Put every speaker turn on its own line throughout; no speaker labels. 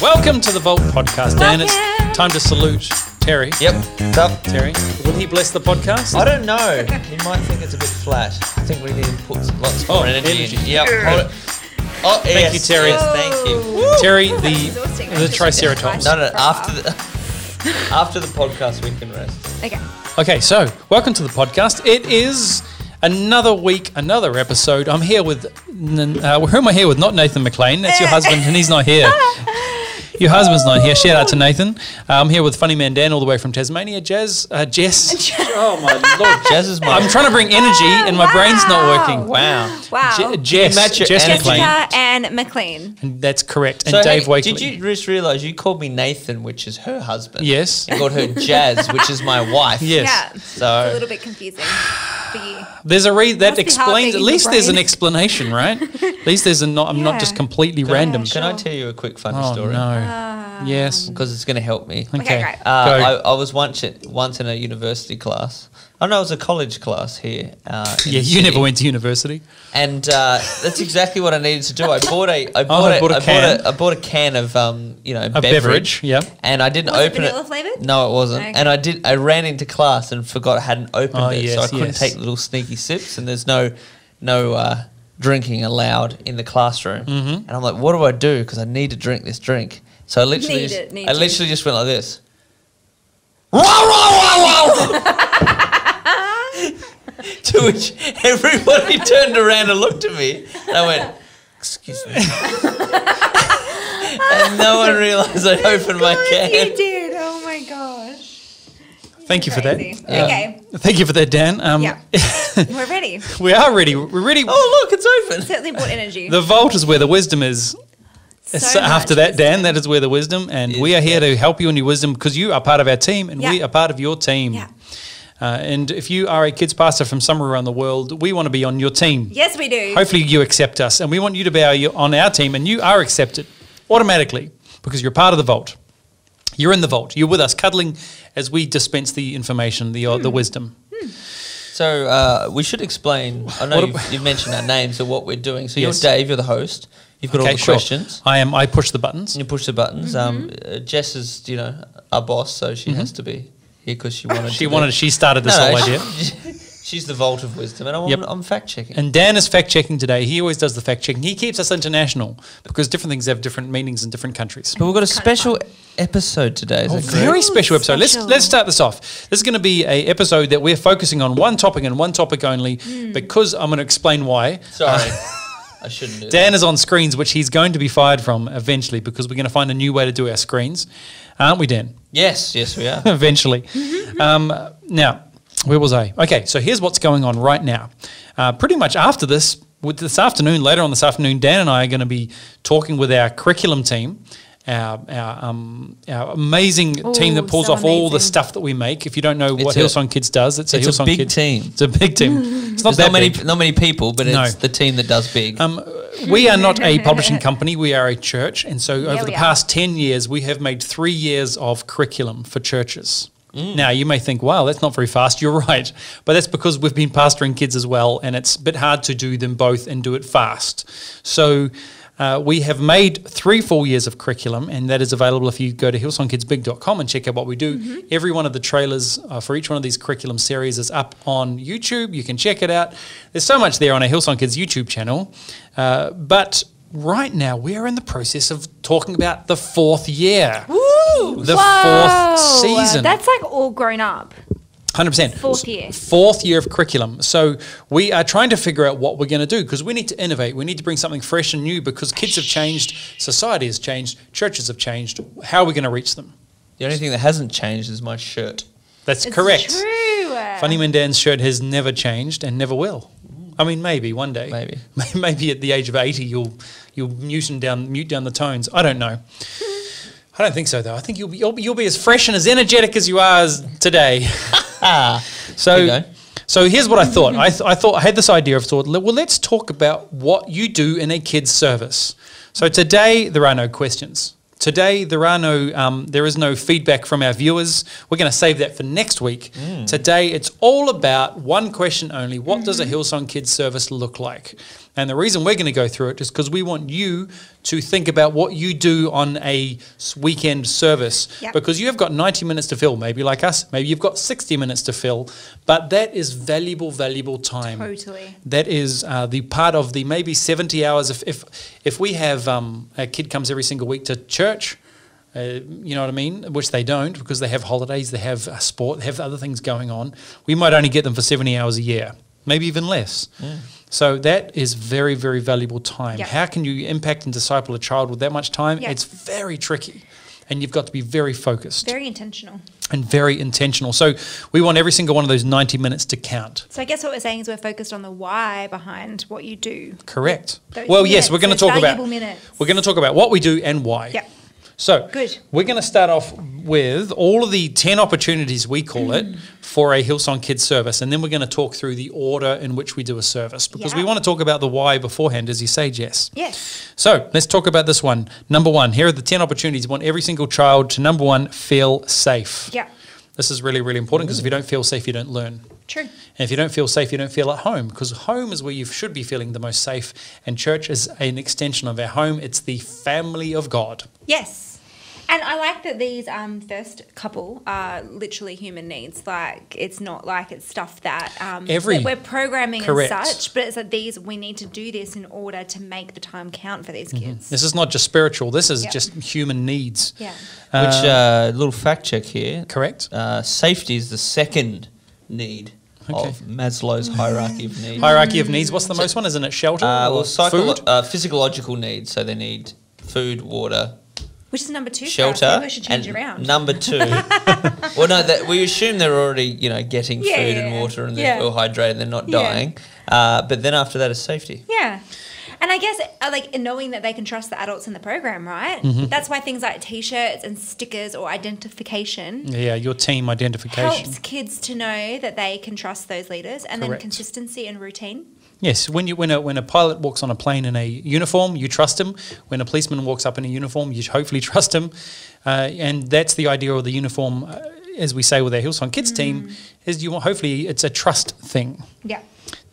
Welcome to the Vault Podcast, Dan.
Welcome.
It's time to salute Terry.
Yep. It's up.
Terry, will he bless the podcast?
I don't know. He might think it's a bit flat. I think we need to put lots
Oh,
more energy.
energy.
In. Yep. Hold it. Oh,
Thank you, Terry.
Yes, thank you.
Terry,
That's
the
exhausting.
the Triceratops.
No, no. After the after the podcast, we can rest.
Okay.
Okay, so welcome to the podcast. It is another week, another episode. I'm here with n- uh, who am I here with? Not Nathan McLean. That's your husband, and he's not here. Your husband's not here. Shout out to Nathan. Uh, I'm here with Funny Man Dan, all the way from Tasmania. Jazz, uh, Jess. Oh my lord,
Jazz is my.
I'm trying to bring energy, and my
Wow.
brain's not working.
Wow.
Wow.
Je- Jess,
match your
Jess
energy.
McLean.
Jessica and McLean.
And That's correct. And
So,
Dave
hey,
Wakely.
Did you just realise you called me Nathan, which is her husband?
Yes.
You called her Jazz, which is my wife.
Yes.
Yeah. It's a
So
little bit confusing for you.
There's a re that
Must be hard
explains.
being
At
in
least
the
there's an
brain.
explanation, right? At least there's a not. I'm not just
Yeah.
completely random.
can I tell you a quick funny
Oh
story?
no. yes.
Because it's going to help me.
Okay.
Ah. great.
Uh, I, I was once at, once in a university class. I know it was a college class here. Uh, in
yeah,
the
you
city.
never went to university.
And uh, that's exactly what I needed to do. I bought a I bought,
Oh, I
a,
bought a
I
can.
bought a I bought a can of um you know
A beverage, yeah.
And I didn't
Was it
open it.
vanilla flavoured?
No, it wasn't.
Okay.
And I did. I ran into class and forgot I hadn't opened
Oh,
it, so I
yes,
couldn't
yes.
take little sneaky sips. And there's no no uh, drinking allowed in the classroom.
Mm-hmm.
And I'm like, what do I do? Because I need to drink this drink. So I literally,
Need
just,
it, need
I
to.
literally just went like this. Rah, rah, rah, rah, rah. to which everybody turned around and looked at me, and I went, "Excuse me." and no one realised I opened my can.
Oh you did. Oh my gosh.
Thank you for that.
Crazy.
Yeah.
Okay.
Thank you for that, Dan. Um,
Yeah. We're ready.
we are ready. We're ready.
Oh look, it's open.
Certainly brought energy.
The vault is where the wisdom is.
So
So after
much
that, Dan, that is where the wisdom, and
Is
we are here to help you in your wisdom because you are part of our team, and we
Yeah.
are part of your team.
Yeah.
Uh, and if you are a kids pastor from somewhere around the world, we want to be on your team.
Yes, we do.
Hopefully, you accept us, and we want you to be our, on our team, and you are accepted automatically because you're part of the vault. You're in the vault. You're with us, cuddling as we dispense the information, the uh,
Hmm.
the wisdom.
So uh, we should explain. I know
What
you've,
ab-
you've mentioned our names and what we're doing. So
Yes.
you're Dave. You're the host. You've got all the
sure.
questions.
I am. I push the buttons.
You push the buttons. Um, uh, Jess is, you know, our boss, so she has to be here because she wanted.
Mm-hmm. She
to be-
wanted. She started this
No,
whole
she-
idea.
she's the vault of wisdom, and I'm,
Yep.
I'm fact checking.
And Dan is fact checking today. He always does the fact checking. He keeps us international because different things have different meanings in different countries.
But we've got a
kind of
special episode today. Is
Oh,
that correct?
very special episode.
special.
Let's let's start this off. This is going to be a episode that we're focusing on one topic and one topic only because I'm going to explain why.
Sorry, I shouldn't do
Dan is on screens, which he's going to be fired from eventually because we're going to find a new way to do our screens, aren't we, Dan?
that. Yes, yes, we are.
eventually.
Mm-hmm.
um, now, where was I? Okay, so here's what's going on right now. Uh, pretty much after this, with this afternoon, later on this afternoon, Dan and I are going to be talking with our curriculum team. Our, our, um, our amazing team that
Ooh,
pulls
so
off all the
amazing.
stuff that we make. If you don't know what
It's a-
Hillsong Kids does, it's a
it's a
Hillsong
big
Kids-
team.
It's a big team. It's not
There's not
that
many,
many.
not many people, but
No.
it's the team that does big.
Um, we are not a publishing company, we are a church. And so, over the
we are.
past 10 years, we have made three years of curriculum for churches. Now, you may think, wow, that's not very fast. You're right. But that's because we've been pastoring kids as well, and it's a bit hard to do them both and do it fast. So, uh, we have made three full years of curriculum, and that is available if you go to hillsongkidsbig.com and check out what we do. Every one of the trailers uh, for each one of these curriculum series is up on YouTube. You can check it out. There's so much there on our Hillsong Kids YouTube channel. Uh, but right now, we are in the process of talking about the fourth year.
Woo!
The fourth season.
That's like all grown up.
Hundred percent.
Fourth year.
Fourth year of curriculum. So we are trying to figure out what we're going to do because we need to innovate. We need to bring something fresh and new because kids have changed, society has changed, churches have changed. How are we going to reach them?
the only thing that hasn't changed is my shirt.
That's
It's
correct.
True.
Funny Man Dan's shirt has never changed and never will. I mean, maybe one day.
Maybe.
May- Maybe at the age of eighty, you'll you'll mute down mute down the tones. I don't know. I don't think so though. I think you'll be you'll, be- you'll be as fresh and as energetic as you are as today.
There Ah. you
so.
go.
So here's what I thought. I, th- I thought I had this idea of thought. le- Well, let's talk about what you do in a kid's service. So today there are no questions. Today there are no um, there is no feedback from our viewers. We're going to save that for next week. Today it's all about one question only. What does a Hillsong Kids service look like? And the reason we're going to go through it is because we want you to think about what you do on a s- weekend service
Yep.
because you have got 90 minutes to fill, maybe like us, maybe you've got 60 minutes to fill, but that is valuable, valuable time.
Totally.
That is uh, the part of the maybe 70 hours. If if, if we have um, a kid comes every single week to church, uh, you know what I mean? Which they don't because they have holidays, they have uh, sport, they have other things going on. We might only get them for 70 hours a year, maybe even less. So that is very, very valuable time.
Yeah.
How can you impact and disciple a child with that much time?
Yeah.
It's very tricky. And you've got to be very focused
Very intentional.
and very intentional. So we want every single one of those 90 minutes to count.
So I guess what we're saying is we're focused on the why behind what you do.
Correct.
Those
well, yes,
minutes,
we're going to
those
talk about
valuable minutes.
we're going to talk about what we do and why.
Yeah.
So
Good.
We're going to start off with all of the ten opportunities we call
Mm.
it for a Hillsong Kids service, and then we're going to talk through the order in which we do a service because we
Yeah.
want to talk about the why beforehand. As you say, Jess.
Yes.
So let's talk about this one. Number one, here are the ten opportunities. We want every single child to number one feel safe.
Yeah.
This is really really important because if you don't feel safe, you don't learn.
True.
And if you don't feel safe, you don't feel at home because home is where you should be feeling the most safe. And church is an extension of our home, it's the family of God.
Yes. And I like that these um, first couple are literally human needs. Like it's not like it's stuff that, um,
Every-
that we're programming
correct.
and such, but it's like these we need to do this in order to make the time count for
Mm-hmm.
these kids.
This is not just spiritual, this is
Yeah.
just human needs.
Yeah.
Which uh, little fact check here?
Correct?
Uh, safety is the second need
Okay.
of Maslow's hierarchy of needs.
Hierarchy of needs. What's the most one? Isn't it shelter?
Uh,
or
well, psycho-
food?
uh, physiological needs. So they need food, water,
Which is number two. for us.
shelter.
Maybe we should change
and
around.
Number two. well, no, that, we assume they're already you know getting
Yeah,
food
yeah,
and
yeah.
water and
Yeah.
they're well hydrated and they're not
Yeah.
dying. Uh, but then after that is safety.
Yeah. And I guess uh, like in knowing that they can trust the adults in the program, right?
Mm-hmm.
That's why things like t-shirts and stickers or identification
yeah, your team identification.
helps kids to know that they can trust those leaders and then
Correct.
consistency and routine.
Yes, when you when a when a pilot walks on a plane in a uniform, you trust him. When a policeman walks up in a uniform, you hopefully trust him. Uh, and that's the idea of the uniform, uh, as we say with our Hillsong Kids team,
Mm.
is you want hopefully it's a trust thing.
Yeah.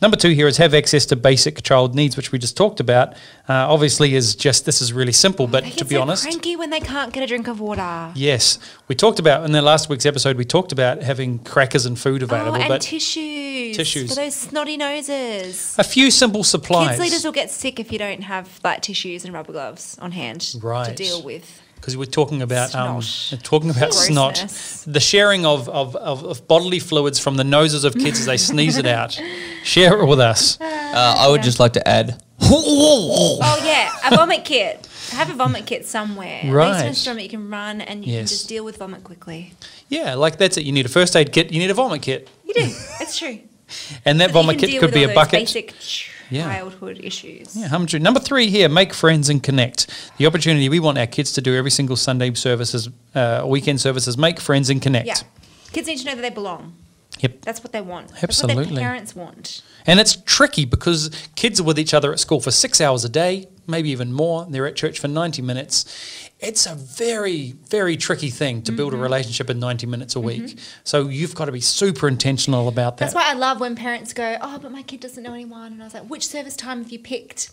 Number two here is have access to basic child needs, which we just talked about. Uh, obviously, is just this is really simple, but
They
to
get
be
so
honest,
cranky when they can't get a drink of water.
yes, we talked about in the last week's episode. We talked about having crackers and food
Oh,
available,
and
but
tissues.
Tissues.
For those snotty noses.
a few simple supplies.
Kids leaders will get sick if you don't have like tissues and rubber gloves on hand to
Right.
deal with.
because we're talking about um,
Snot.
talking about
Grossness.
snot, the sharing of, of, of, of bodily fluids from the noses of kids as they sneeze it out. Share it with us.
Uh, I would just like to add.
Oh yeah, a vomit kit. Have a vomit kit somewhere. At least in
Right.
a stomach you can run and you can
Yes.
just deal with vomit quickly.
Yeah, like that's it. You need a first aid kit. You need a vomit kit,
You do. It's true.
and that
You
vomit
can
kit
deal
could
with
be
all
a
those
bucket.
Basic
Yeah.
childhood issues.
Yeah, Humdrum. Number three here, make friends and connect. The opportunity we want our kids to do every single Sunday services, uh, weekend services, make friends and connect.
Yeah. Kids need to know that they belong.
Yep.
That's what they want. That's what
Absolutely.
their parents want.
And it's tricky because kids are with each other at school for six hours a day, maybe even more. They're at church for 90 minutes. It's a very, very tricky thing to build a relationship in 90 minutes a week. So you've got to be super intentional about that.
That's why I love when parents go, "Oh, but my kid doesn't know anyone," and I was like, "Which service time have you picked?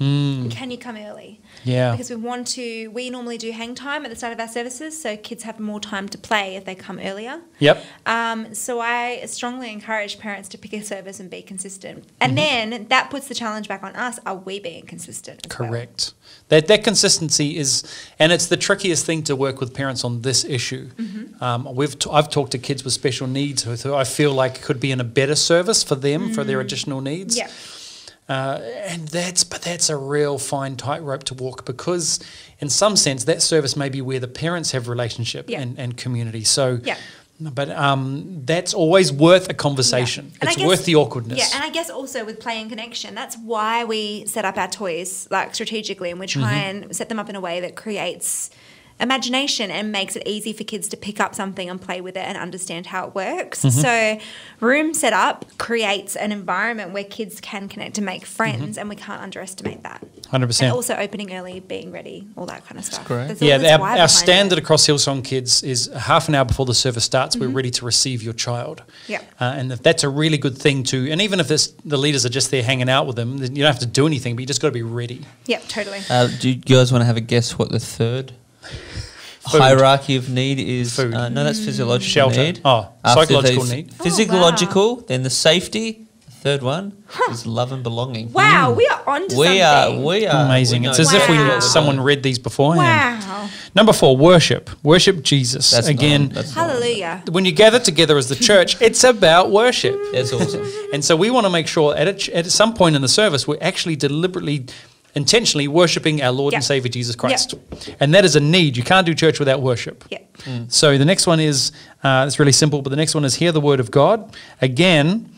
And Can you come early?"
Hmm. yeah.
Because we want to, we normally do hang time at the start of our services, so kids have more time to play if they come earlier.
Yep.
Um, so I strongly encourage parents to pick a service and be consistent. And
Mm-hmm.
then that puts the challenge back on us. Are we being consistent? as well?
Correct. That that consistency is, and it's the trickiest thing to work with parents on this issue. Um, we've t- I've talked to kids with special needs who, who I feel like could be in a better service for them for their additional needs.
Yeah.
Uh, And that's but that's a real fine tightrope to walk because, in some sense, that service may be where the parents have relationship
Yeah.
and, and community. So
Yeah.
But um, that's always worth a conversation.
And I
It's
guess-
worth the awkwardness.
Yeah, and I guess also with play and connection, that's why
Mm-hmm.
we set up our toys like strategically, and we try and set them up in a way that creates imagination and makes it easy for kids to pick up something and play with it and understand how it works.
Mm-hmm.
So, room setup creates an environment where kids can connect and make friends,
Mm-hmm.
and we can't underestimate that. And
100%.
also opening early, being ready, all that kind of stuff.
great.
There's all this
yeah,
why
our, our
behind
standard
it.
across Hillsong Kids is half an hour before the service starts, we're ready to receive your child.
Mm-hmm. Yeah.
Uh, and if that's a really good thing to, and even if this, the leaders are just there hanging out with them, then you don't have to do anything, but you just got to be ready.
Yep, totally.
Uh, do you guys want to have a guess what the third
Food.
hierarchy of need is?
Food.
Uh, no, that's physiological
Shelter.
need.
Oh,
After
psychological
the
need.
Oh,
Physiological, then the safety. The third one is love and belonging.
mm.
wow, we are on to
We
something.
are, we are
Amazing.
we
It's
know
as if we
Wow.
someone read these beforehand.
Wow.
Number four, worship. Worship Jesus.
That's
Again,
not- that's not-
Hallelujah.
when you gather together as the church, it's about worship.
That's awesome.
And so we want to make sure at, a ch- at some point in the service, we're actually deliberately, intentionally worshiping our Lord and
Yeah.
Savior Jesus Christ. And that is a need. You can't do church without worship.
Yep.
Mm.
So the next one is, uh, it's really simple, but the next one is hear the word of God. Again,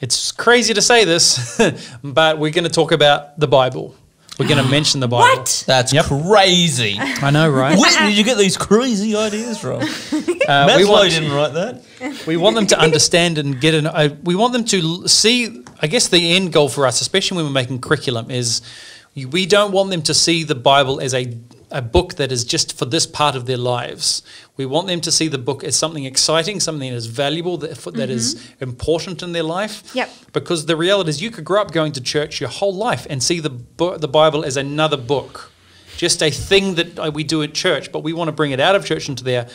it's crazy to say this, but we're going to talk about the Bible. We're going to mention the Bible.
What?
That's
Yep.
crazy.
I know, right?
Where did you get these crazy ideas from?
Uh,
Maslow
we want-
didn't write that.
We want them to understand and get an. Uh, we want them to l- see. I guess the end goal for us, especially when we're making curriculum, is we don't want them to see the Bible as a a book that is just for this part of their lives. We want them to see the book as something exciting, something that is valuable, that, for- that is important in their life.
Yep.
Because the reality is, you could grow up going to church your whole life and see the bu- the Bible as another book, just a thing that uh, we do at church. But we want to bring it out of church into their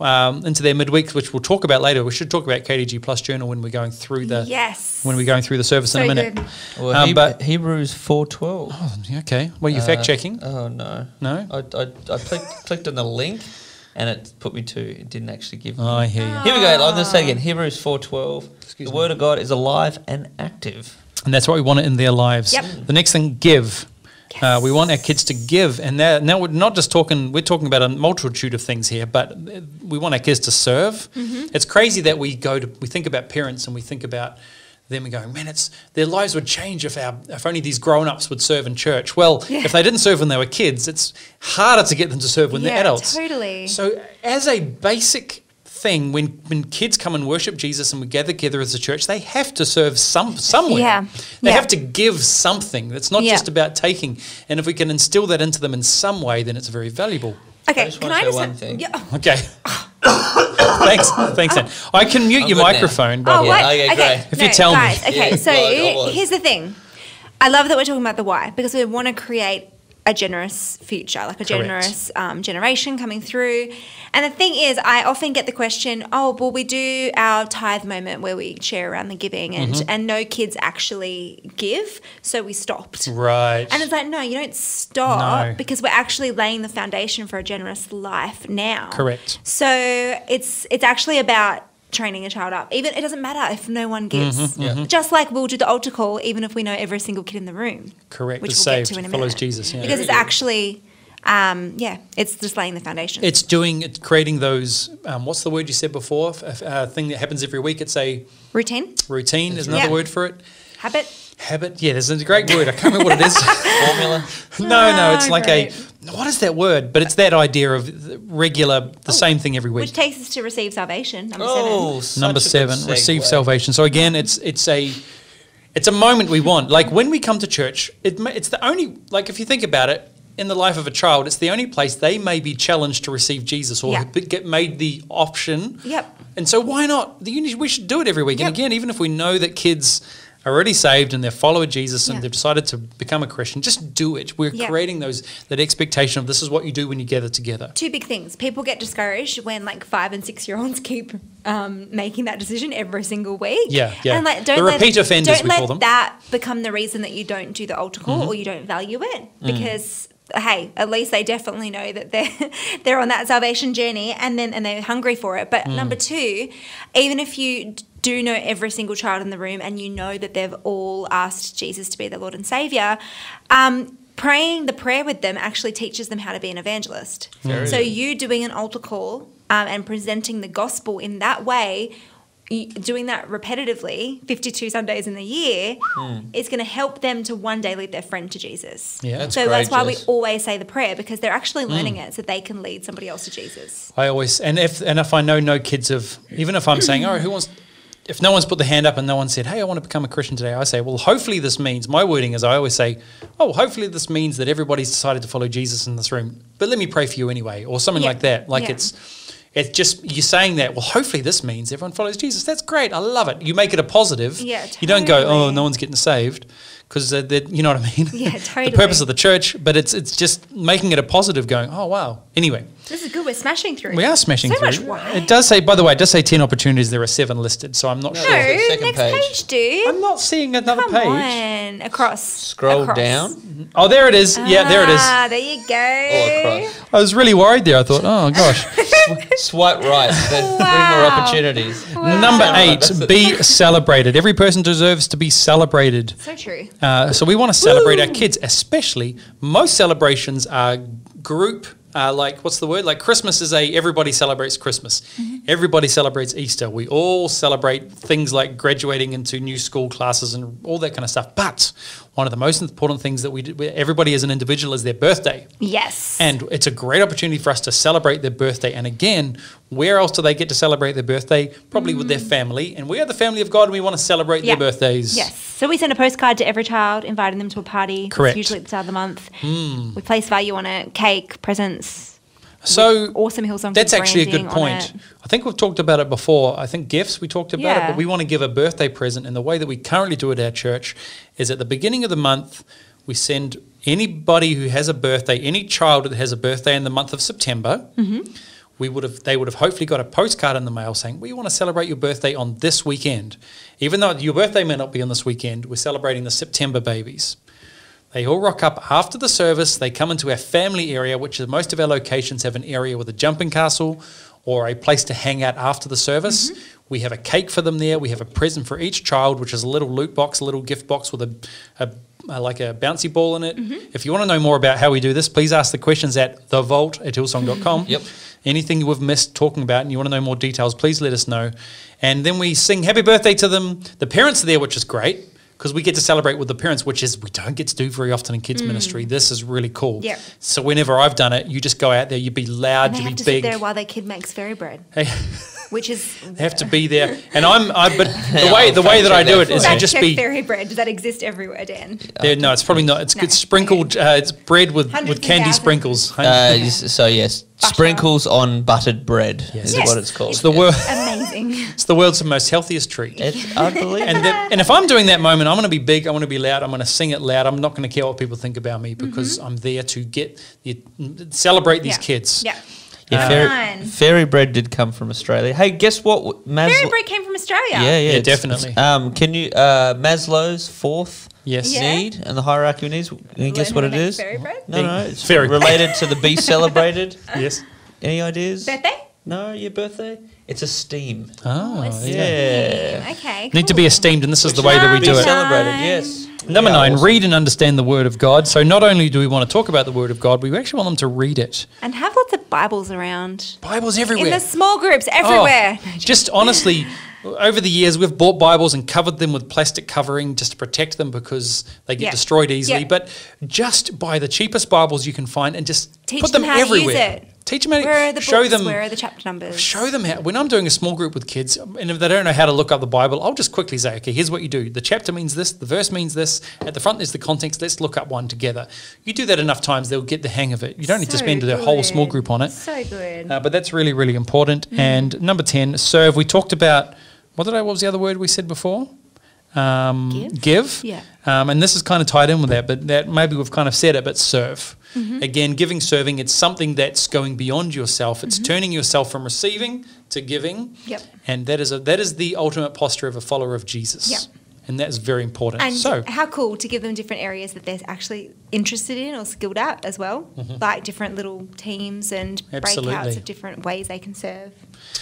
um, into their midweeks, which we'll talk about later. We should talk about KDG Plus Journal when we're going through the
Yes.
when we're going through the service in
So
a minute.
good.
Well,
Um,
Heb-
but
Hebrews four twelve.
okay, well you are fact checking.
Oh no,
No?
I, I, I clicked, clicked on the link, and it put me to. It didn't actually give me.
Oh, I hear you.
Here we go. I'm going to say again. Hebrews four twelve. The
Excuse me.
word of God is alive and active.
and that's what we want in their lives.
Yep.
The next thing, give. Uh, we want our kids to give, and that, now we're not just talking. We're talking about a multitude of things here, but uh, we want our kids to serve.
Mm-hmm.
It's crazy that we go to we think about parents and we think about them and going, man, it's their lives would change if our if only these grown ups would serve in church. Well,
Yeah.
if they didn't serve when they were kids, it's harder to get them to serve when they're
Yeah,
adults.
totally.
So, as a basic thing, when when kids come and worship Jesus and we gather together as a church, they have to serve some somewhere.
Yeah.
They
Yeah.
have to give something. It's not
Yeah.
just about taking. And if we can instill that into them in some way, then it's very valuable.
Okay,
I just
can I
wanna say
just
one
have-
thing.
Yeah, oh,
Okay. thanks. Thanks, Anne. I can mute
I'm
your
good now.
microphone, but
Oh,
Yeah,
what?
okay,
Okay,
great.
If you tell me.
guys, Okay,
Yeah,
so
right, I was.
here's the thing. I love that we're talking about the why because we want to create a generous future, like a
Correct.
generous um, generation coming through. And the thing is, I often get the question, "Oh, well, we do our tithe moment where we share around the giving, and
Mm-hmm.
and no kids actually give, so we stopped."
right.
And it's like, no, you don't stop
No.
because we're actually laying the foundation for a generous life now.
Correct.
So it's it's actually about training a child up. Even it doesn't matter if no
Mm-hmm,
one gives.
Yeah.
Just like we'll do the altar call, even if we know every single kid in the room.
Correct.
Which
It's
we'll
saved.
get to in a minute.
Follows Jesus, yeah.
Because it's actually, um, yeah, it's just laying the foundation.
it's doing, it's creating those, um, what's the word you said before? F- f- uh, thing that happens every week. It's a
routine,
routine, is another
Yeah.
word for it.
habit.
Habit. Yeah, there's a great word. I can't remember what it is.
Formula.
No, no, it's
Ah,
like a
great. Oh,
what is that word? But it's that idea of the regular, the same thing every week.
Which takes us to receive salvation, number
oh,
seven.
such
Number
a good
seven, receive
segue.
salvation. So again, it's it's a it's a moment we want. Like when we come to church, it ma- it's the only like if you think about it. In the life of a child, it's the only place they may be challenged to receive Jesus or
Yeah.
b- get made the option.
Yep.
And so, why not? The uni- We should do it every week.
Yep.
And again, even if we know that kids are already saved and they're follower Jesus and
Yeah.
they've decided to become a Christian, just do it. We're
Yeah.
creating those that expectation of this is what you do when you gather together.
two big things. People get discouraged when like five and six year olds keep um, making that decision every single week.
Yeah, yeah.
And like,
The
don't let,
repeat offenders,
Don't
we
let
call them.
that become the reason that you don't do the altar call or you don't value it because. Hey, at least they definitely know that they're they're on that salvation journey, and then and they're hungry for it. But number two, even if you d- do know every single child in the room, and you know that they've all asked Jesus to be their Lord and Savior, um, praying the prayer with them actually teaches them how to be an evangelist.
Very
So
good.
you doing an altar call um, and presenting the gospel in that way, y- doing that repetitively 52 Sundays in the year is going to help them to one day lead their friend to Jesus.
Hmm. Yeah. That's Hmm.
so that's
great,
why we
Jess.
always say the prayer because they're actually learning it so they can lead somebody else to Jesus.
I always and if and if I know no kids have even if I'm saying, all right, who wants if no one's put their hand up and no one said, Hey, I want to become a Christian today, I say, Well, hopefully this means my wording is I always say, Oh, hopefully this means that everybody's decided to follow Jesus in this room. But let me pray for you anyway, or something
Yeah.
like that. Like
Yeah.
it's it's just you're saying that, well, hopefully this means everyone follows Jesus. That's great. I love it. You make it a positive.
Yeah,
You don't go, oh,
totally.
no one's getting saved. Because you know what I mean.
Yeah,
the purpose
totally.
of the church, but it's it's just making it a positive. Going, oh wow. Anyway,
This is good. We're smashing through.
we are smashing
so
through.
much wine.
It does say, by the way, it does say 10 opportunities. There are seven listed, so I'm not
No,
sure.
Sure. Second
next
page.
page, dude.
I'm not seeing another
Come
page.
on, across.
Scroll
across.
down.
Oh, there it is. Yeah, there it is.
Ah, there you
All
go.
across.
I was really worried there. I thought, oh, gosh.
Sw- Swipe right. There's three more
Wow.
opportunities.
Number
Wow.
eight,
That's it.
be celebrated. Every person deserves to be celebrated.
So true.
Uh, so we want to celebrate our kids, especially most celebrations are group. Uh, like what's the word? Like Christmas is a everybody celebrates Christmas,
Mm-hmm.
everybody celebrates Easter. We all celebrate things like graduating into new school classes and all that kind of stuff. But one of the most important things that we do, everybody as an individual is their birthday.
Yes.
And it's a great opportunity for us to celebrate their birthday. And again, where else do they get to celebrate their birthday? Probably with their family. And we are the family of God and we want to celebrate
Mm. Yeah.
their birthdays.
Yes. So we send a postcard to every child, inviting them to a party. It's
Correct. Hmm.
usually at the start of the month. We place value on it: cake, presents,
So
awesome Hillsong.
That's actually a
branding
good
on
point.
it.
I think we've talked about it before. I think gifts, we talked about it,
Yeah.
but we want to give a birthday present. And the way that we currently do it at our church is at the beginning of the month, we send anybody who has a birthday, any child that has a birthday in the month of September,
Mm-hmm.
we would have they would have hopefully got a postcard in the mail saying, We want to celebrate your birthday on this weekend. Even though your birthday may not be on this weekend, we're celebrating the September babies. They all rock up after the service. They come into our family area, which is most of our locations have an area with a jumping castle or a place to hang out after the service. We have a cake for them there. We have a present for each child, which is a little loot box, a little gift box with a, a, a- like a bouncy ball in it. If you want to know more about how we do this, please ask the questions at thevault at hillsong.com.
Yep.
Anything we've missed talking about and you want to know more details, please let us know. And then we sing happy birthday to them. The parents are there, which is great because we get to celebrate with the parents, which is we don't get to do very often in
Mm.
kids' ministry. This is really cool.
Yep.
So whenever I've done it, you just go out there, you be
And
loud,
they
you
have
be
to
big.
sit there while their kid makes fairy bread,
Hey,
which is
they have to be there, and I'm. I, but the way
I'll
the way that I
fact check
do it
that for
is you
you.
fact
just
check
be
fairy bread. Does that exist everywhere, Dan?
there. No, it's probably not. It's
No.
good sprinkled. Uh, it's bread with
Hundreds
with
and
candy
thousands.
sprinkles.
Uh, yes, so yes,
Butter.
sprinkles on buttered bread is
Yes.
what it's called.
it's the world.
Amazing.
It's the world's most healthiest treat.
It's unbelievable.
and the, and if I'm doing that moment, I'm going to be big. I'm going to be loud. I'm going to sing it loud. I'm not going to care what people think about me because I'm there to get the, celebrate these
Mm-hmm. Yeah.
kids.
Yeah.
yeah,
Come
fairy,
on.
fairy bread did come from Australia. Hey, guess what? Mas-
Fairy bread came from Australia.
Yeah, yeah,
Yeah,
it's-
definitely.
it's, um, can you uh, Maslow's fourth
Yes.
Yeah.
need and the hierarchy of needs? Can you guess
Learn
what
how
it
to make
is?
Fairy bread.
No, no, it's
Fairy bread.
related to the be celebrated.
Yes.
Any ideas?
Birthday.
No, your birthday. It's a steam.
Oh,
What's
yeah.
Yeah.
name? Okay.
Need to be
cool.
esteemed, and this is the way that we
Be
do it.
Nice.
celebrated.
Nine.
Yes.
Number
Yeah,
nine,
awesome.
read and understand the Word of God. So, not only do we want to talk about the Word of God, we actually want them to read it.
and have lots of Bibles around.
Bibles everywhere.
In the small groups,
Oh,
everywhere.
just honestly, over the years, we've bought Bibles and covered them with plastic covering just to protect them because they get
Yeah.
destroyed easily.
Yeah.
But just buy the cheapest Bibles you can find and just
Teach
put them,
them how to use
everywhere.
it.
Teach them how to
Where are the
show
books?
them.
Where are the chapter numbers?
Show them how. When I'm doing a small group with kids, and if they don't know how to look up the Bible, I'll just quickly say, okay, here's what you do. The chapter means this, the verse means this. At the front is the context. Let's look up one together. You do that enough times, they'll get the hang of it. You don't need to
So
spend the whole small
good.
group on it.
So good.
Uh, but that's really, really important.
Mm.
And number 10, serve. We talked about, what did I, what was the other word we said before? Um,
Give? Yeah.
Um, and this is kind of tied in with that, but that maybe we've kind of said it, but serve.
Mm-hmm.
Again, giving, serving, it's something that's going beyond yourself. It's turning yourself from receiving to giving.
Mm-hmm. Yep.
And that is a, that is the ultimate posture of a follower of Jesus.
Yep.
And that's very important.
and
so,
how cool to give them different areas that they're actually interested in or skilled at as well, like different little teams and
Mm-hmm. Absolutely.
breakouts of different ways they can serve.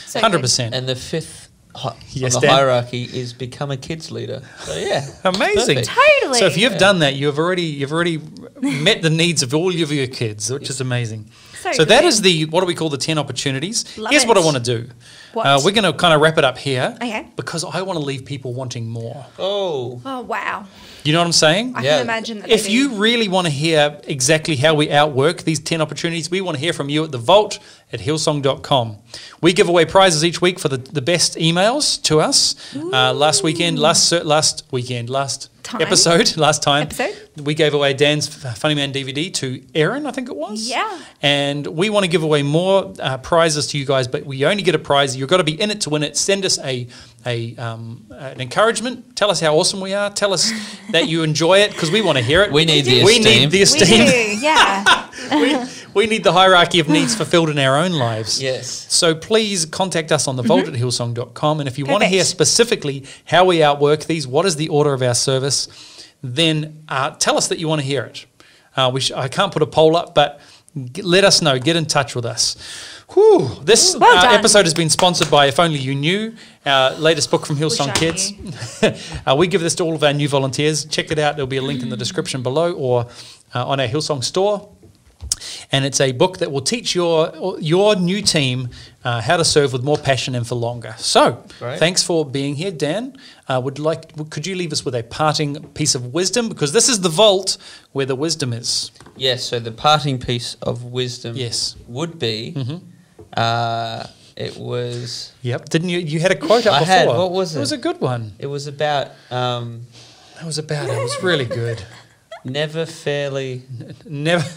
So good.
100%.
And the fifth hi-
Yes,
on the
Dan.
hierarchy is become a kids leader. So yeah,
Amazing.
Perfect.
Totally.
So if you've done that, you've already you've already met the needs of all of your kids, which is amazing.
So
So, that uh,
good.
is the what do we call the ten opportunities?
Love
Here's what I
it.
want to do.
What?
Uh, we're going to kind of wrap it up here
Okay.
because I want to leave people wanting more.
Oh.
oh wow,
You know what I'm saying?
I
Yeah.
can imagine that. they
If
do.
you really want to hear exactly how we outwork these 10 opportunities, we want to hear from you at the vault at hillsong.com. We give away prizes each week for the, the best emails to us. Uh, last weekend, last cer- last weekend, last
Time.
episode, last time,
Episode.
we gave away Dan's F- Funny Man DVD to Erin, I think it was.
Yeah.
And we want to give away more uh, prizes to you guys, but we only get a prize. You've got to be in it to win it. Send us a, a um, an encouragement. Tell us how awesome we are. Tell us that you enjoy it because we want to hear it.
We need the
we
esteem.
need the
we
esteem.
do, yeah.
We, we need the hierarchy of needs fulfilled in our own lives.
Yes.
So please contact us on the vault at hillsong.com. And if you want to
Mm-hmm. Perfect.
hear specifically how we outwork these, what is the order of our service, then uh, tell us that you want to hear it. Uh, we sh- I can't put a poll up, but g- let us know. Get in touch with us. Whew, this
Well
uh,
done.
episode has been sponsored by If Only You Knew, our latest book from Hillsong
I
Kids. uh, we give this to all of our new volunteers. Check it out. There'll be a link in the description below or uh, on our Hillsong store and it's a book that will teach your your new team uh, how to serve with more passion and for longer. So,
Great.
thanks for being here, Dan. Uh, would like could you leave us with a parting piece of wisdom because this is the vault where the wisdom is.
Yes. So the parting piece of wisdom.
Yes. Mm-hmm.
Would be. Uh, it was.
Yep. Didn't you? You had a quote up
I
before.
had. What was
It was
it?
a good one.
It was about um,
That was about it. It was really good.
never fairly.
Never.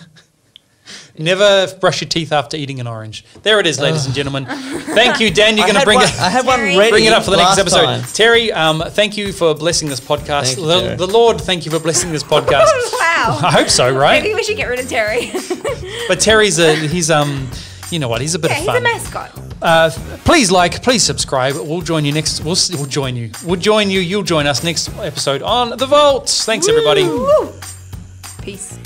Never brush your teeth after eating an orange. There it is, ladies and gentlemen. Thank you, Dan. You're
I
going to
had
bring
one,
it.
I had one
Terry.
ready.
Bring it up for the next
last
episode.
time.
Terry, um, thank you for blessing this podcast.
Thank you,
the,
Terry.
the Lord, thank you for blessing this podcast. I
wow.
hope so,
Maybe
right?
we should get rid of Terry.
But Terry's a he's um you know what he's a bit
yeah,
of
he's
fun.
a mascot.
Uh, please like, please subscribe. We'll join you next. We'll s- we'll join you. We'll join you. You'll join us next episode on the Vault. Thanks everybody.
Woo. Peace.